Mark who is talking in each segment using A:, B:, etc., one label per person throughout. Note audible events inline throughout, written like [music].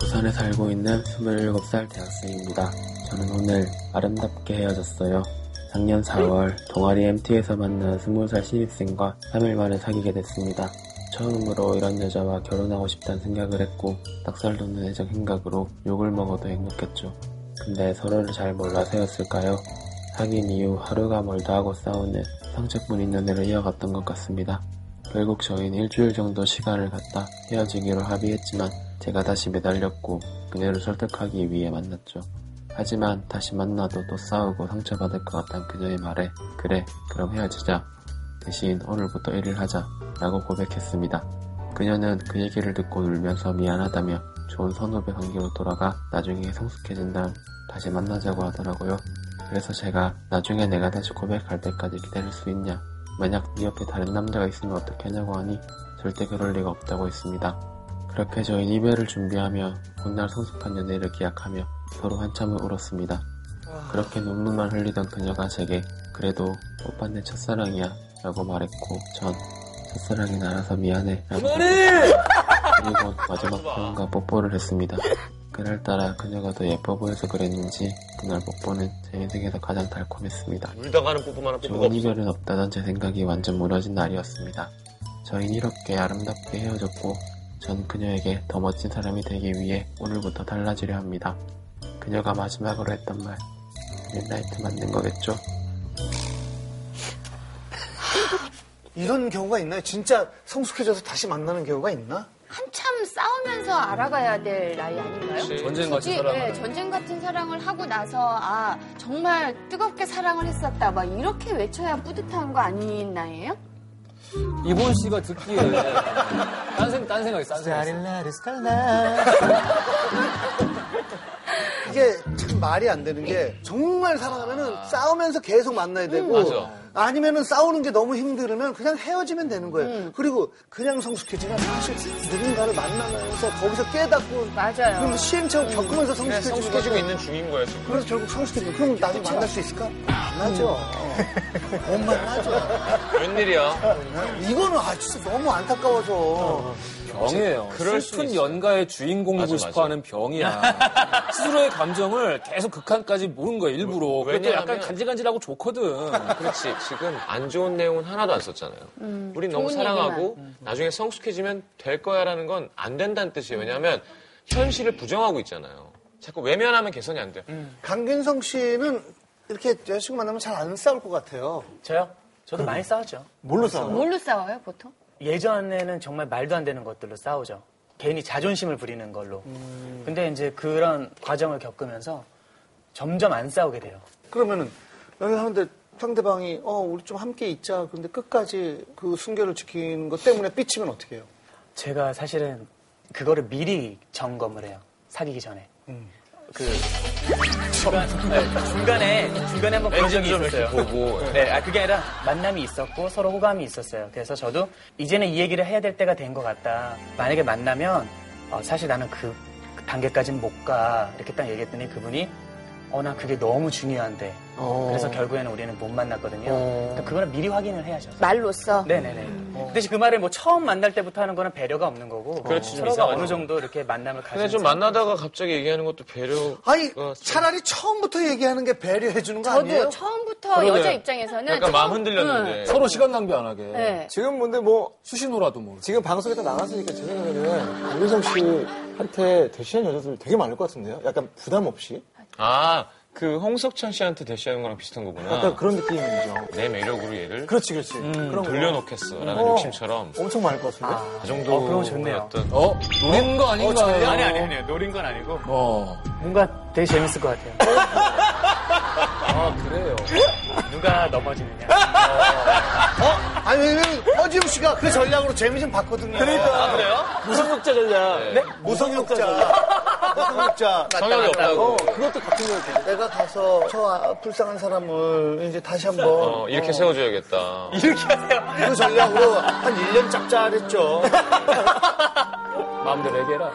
A: 부산에 살고 있는 27살 대학생입니다. 저는 오늘 아름답게 헤어졌어요. 작년 4월 동아리 MT에서 만난 20살 신입생과 3일 만에 사귀게 됐습니다. 처음으로 이런 여자와 결혼하고 싶다는 생각을 했고 딱살 돋는 애정 생각으로 욕을 먹어도 행복했죠. 근데 서로를 잘 몰라서였을까요? 사귄 이후 하루가 멀다 하고 싸우는 상처뿐인 연애를 이어갔던 것 같습니다. 결국 저희는 일주일 정도 시간을 갖다 헤어지기로 합의했지만 제가 다시 매달렸고 그녀를 설득하기 위해 만났죠. 하지만 다시 만나도 또 싸우고 상처받을 것 같다는 그녀의 말에 그래 그럼 헤어지자 대신 오늘부터 일을 하자 라고 고백했습니다. 그녀는 그 얘기를 듣고 울면서 미안하다며 좋은 선후배 관계로 돌아가 나중에 성숙해진 다음 다시 만나자고 하더라고요. 그래서 제가 나중에 내가 다시 고백할 때까지 기다릴 수 있냐 만약 네 옆에 다른 남자가 있으면 어떻게 하냐고 하니 절대 그럴 리가 없다고 했습니다. 그렇게 저희는 이별을 준비하며 훗날 성숙한 연애를 기약하며 서로 한참을 울었습니다. 그렇게 눈물만 흘리던 그녀가 제게 그래도 오빠 내 첫사랑이야 라고 말했고 전 첫사랑이 알아서 미안해 라고 그리고 마지막 표현과 뽀뽀를 했습니다. 그날따라 그녀가 더 예뻐 보여서 그랬는지 그날 뽀뽀는 제 인생에서 가장 달콤했습니다.
B: 울다가는 뽀뽀만한 뽀뽀가
A: 좋은
B: 없어.
A: 이별은 없다던 제 생각이 완전 무너진 날이었습니다. 저희는 이렇게 아름답게 헤어졌고 전 그녀에게 더 멋진 사람이 되기 위해 오늘부터 달라지려 합니다. 그녀가 마지막으로 했던 말 midnight 맞는 거겠죠?
C: 이런 경우가 있나요? 진짜 성숙해져서 다시 만나는 경우가 있나?
D: 한참 싸우면서 알아가야 될 나이 아닌가요?
E: 전쟁 같은
D: 굳이,
E: 사람은
D: 네, 전쟁 같은 사랑을 하고 나서 아 정말 뜨겁게 사랑을 했었다 막 이렇게 외쳐야 뿌듯한 거 아닌 나이에요?
E: 이본 씨가 듣기에 딴 생각 딴 생각이 딴 생각 있어요.
C: 이게 참 말이 안 되는 게 정말 사랑하면은 싸우면서 계속 만나야 되고 아니면은 싸우는 게 너무 힘들으면 그냥 헤어지면 되는 거예요.
D: 음.
C: 그리고 그냥 성숙해지면 사실 누군가를 만나면서 거기서 깨닫고
D: 맞아요. 음.
C: 그리고 시행착오 겪으면서
B: 그냥
C: 성숙해지고
B: 네, 성숙해지고 있는 중인 거야 지금.
C: 그래서 결국 성숙해지고 그럼 나도 만날 수 있을까? 안 하죠. 못 만나죠.
B: 웬일이야?
C: 이거는 아 진짜 너무 안타까워서
E: 병이에요.
B: 그럴 수
E: 슬픈
B: 있어요.
E: 연가의 주인공이고
B: 맞아,
E: 싶어하는 병이야. 스스로의 감정을 계속 극한까지 모은 거야 일부러. 그래도
B: 왜냐하면-
E: 약간 간질간질하고 좋거든.
B: 그렇지. 지금 안 좋은 내용은 하나도 안 썼잖아요. 우린 너무
D: 음, 좋은 음.
B: 사랑하고 나중에 성숙해지면 될 거야라는 건 안 된다는 뜻이에요. 왜냐하면 현실을 부정하고 있잖아요. 자꾸 외면하면 개선이 안 돼.
C: 강균성 씨는 이렇게 여자친구 만나면 잘 안 싸울 것 같아요.
F: 저요? 저도 많이 싸웠죠.
C: 뭘로 싸워?
D: 뭘로 싸워요 보통?
F: 예전에는 정말 말도 안 되는 것들로 싸우죠. 괜히 자존심을 부리는 걸로. 근데 이제 그런 과정을 겪으면서 점점 안 싸우게 돼요.
C: 그러면은 연애하는데 상대방이 어 우리 좀 함께 있자 그런데 끝까지 그 순결을 지키는 것 때문에 삐치면 어떻게 해요?
F: 제가 사실은 그거를 미리 점검을 해요. 사귀기 전에. 그 중간, 네, 중간에 중간에 한번 그런 적이
B: 좀 이렇게
F: 있었어요.
B: 보고.
F: 네, 아, 그게 아니라 만남이 있었고 서로 호감이 있었어요. 그래서 저도 이제는 이 얘기를 해야 될 때가 된 것 같다. 만약에 만나면 어, 사실 나는 그 단계까지는 못 가. 이렇게 딱 얘기했더니 그분이 어, 나 그게 너무 중요한데.
D: 어.
F: 그래서 결국에는 우리는 못 만났거든요. 그러니까 그거는 미리 확인을 해야죠.
D: 음. 말로써?
F: 네네네. 대신 그 말을 뭐 처음 만날 때부터 하는 거는 배려가 없는 거고.
B: 그렇지, 좀
F: 서로가
B: 이상하죠.
F: 어느 정도 이렇게 만남을 가지.
B: 근데 좀 만나다가 갑자기 얘기하는 것도 배려.
C: 아니
B: 어,
C: 차라리 처음부터 얘기하는 게 배려해 주는 거
D: 저도
C: 아니에요?
D: 처음부터 여자 입장에서는
B: 약간 마음
D: 네, 처음- 응.
B: 흔들렸는데.
E: 서로 시간 낭비 안 하게.
D: 네.
G: 지금 뭔데 뭐
E: 수신호라도 뭐.
G: 지금 방송에 다 나갔으니까 제 생각에는 강민성 씨한테 대시한 여자들 되게 많을 것 같은데요? 약간 부담 없이
B: 아, 그 홍석천 씨한테 대시하는 거랑 비슷한
G: 약간
C: 아,
B: 거구나.
G: 그런 느낌이죠.
B: 내 매력으로 얘를
G: 그렇지 그렇지. 그런 거
B: 음, 돌려놓겠어. 라는
G: 어.
B: 욕심처럼.
G: 엄청 많을 것 같은데.
C: 아.
B: 그 정도.
F: 어, 그럼 좋네요.
B: 어떤
E: 어 노린 거 아닌가? 요
F: 아니, 아니,
E: 아니요 노린 건 아니고. 어
F: 뭔가 되게 재밌을 것 같아요.
E: 그래요.
F: 누가 넘어지느냐.
C: 아니 왜냐면 허지웅 씨가 그 전략으로 재미 좀 봤거든요. 그러니까
G: 무성욕자 전략. 네?
C: 무성욕자, [laughs] 무성욕자.
B: 성향이 없다고.
C: 어, 그것도 같은 거예요. 내가 가서 저 아, 불쌍한 사람을 이제 다시 한번
B: 어, 이렇게 세워줘야겠다.
F: 이렇게 하세요.
C: 그 전략으로 한 1년 짭짤했죠.
G: [laughs]
E: 마음대로 얘기해라.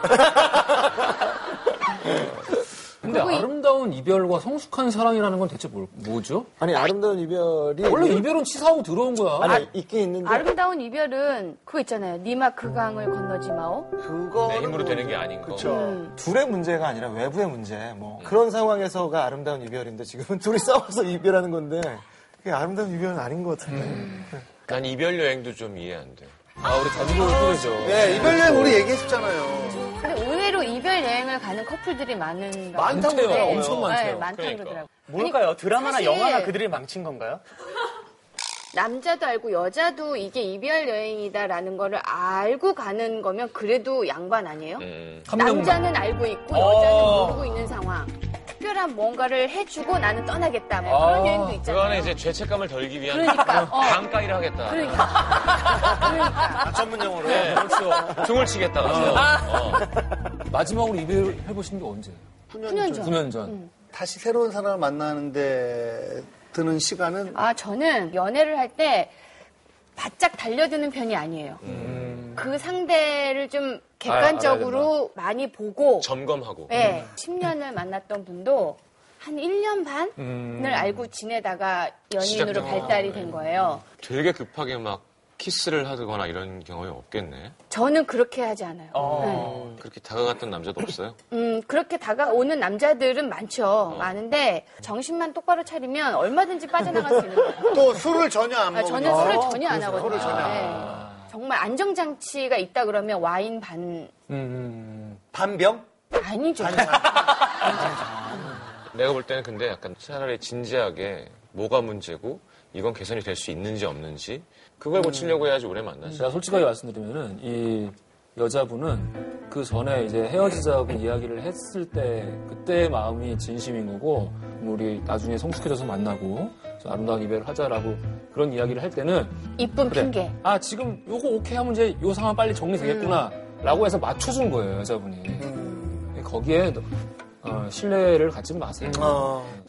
E: 근데 아름다운 이별과 성숙한 사랑이라는 건 대체 뭘- 뭐죠?
G: 아니 아름다운 이별이
E: 원래 이별은 치사하고 들어온 거야.
G: 그- 아니 있긴 있는데
D: 아름다운 이별은 그거 있잖아요. 니마 그 강을 건너지 마오.
B: 내
C: 그거는
B: 힘으로
C: 뭐-
B: 되는 게 아닌 거.
C: 그쵸.
G: 음. 둘의 문제가 아니라 외부의 문제 뭐
B: 음.
G: 그런 상황에서가 아름다운 이별인데 지금은 [laughs] 둘이 싸워서 이별하는 건데 그게 아름다운 이별은 아닌 것 같은데
B: 음. 난 이별 여행도 좀 이해 안 돼. 음,
E: 아, 우리 자주 보는 소리죠.
D: 네,
C: 예, 이별 여행 우리 얘기했었잖아요.
D: 근데 의외로 이별 여행을 가는 커플들이 많은 네,
C: 많다고
E: 많대요.
C: 그래요.
E: 엄청 많대요.
D: 많다고
B: 그러니까.
D: 그러더라고.
F: 뭘까요? 드라마나
D: 사실-
F: 영화나 그들이 망친 건가요?
D: 남자도 알고 여자도 이게 이별 여행이다라는 거를 알고 가는 거면 그래도 양반 아니에요?
B: 음.
E: 감정만.
D: 남자는 알고 있고
E: 어.
D: 여자는 모르고 있는 상황. 특별한 뭔가를 해주고 나는 떠나겠다. 뭐 그런
E: 아.
D: 여행도
B: 그거는
D: 있잖아요.
B: 이제 죄책감을 덜기 위한
D: 그러니까, 어.
B: 강가이를 하겠다. 네.
D: 그러니까.
B: 전문 용어로. 등을 치겠다. 어,
E: 마지막으로 이별 해보신 게 언제?
D: 9년 전.
E: 9년 전.
G: 음.
C: 다시 새로운 사람을 만나는데 드는 시간은
D: 아, 저는 연애를 할 때 바짝 달려드는 편이 아니에요.
B: 음.
D: 그 상대를
B: 아,
D: 좀
B: 네,
D: 객관적으로 많이 보고,
B: 점검하고.
D: 예, 10년을 만났던 분도 한 1년 반을 알고 지내다가 연인으로
B: 시작된
D: 발달이 된 거예요.
B: 되게 급하게 막 키스를 하거나 이런 경험이 없겠네.
D: 저는 그렇게 하지 않아요.
B: 그렇게 다가갔던 남자도 없어요?
D: 음, 그렇게 다가오는 남자들은 많죠. 많은데, 정신만 똑바로 차리면 얼마든지 빠져나갈 수 있는 거예요.
C: 또 술을 전혀 안
D: 아,
C: 먹는
D: 저는 술을 전혀 안 하거든요.
C: 술을 전혀 안
D: 네. 정말 안정장치가 있다 그러면 와인 반
C: 반병?
D: 아니죠.
B: 내가 볼 때는 근데 약간 차라리 진지하게 뭐가 문제고 이건 개선이 될 수 있는지 없는지 그걸 고치려고 해야지 오래 만나지.
E: 제가 솔직하게 말씀드리면은 이 여자분은 그 전에 이제 헤어지자고 이야기를 했을 때 그때 마음이 진심인 거고 뭐 우리 나중에 성숙해져서 만나고 좀 아름다운 이별을 하자라고 그런 이야기를 할 때는
D: 이쁜
E: 그래
D: 핑계.
E: 아 지금 요거 오케이 하면 이제 요 상황 빨리 정리되겠구나 라고 해서 맞춰준
C: 嗯
E: 거예요 여자분이 거기에 어, 신뢰를 갖지 마세요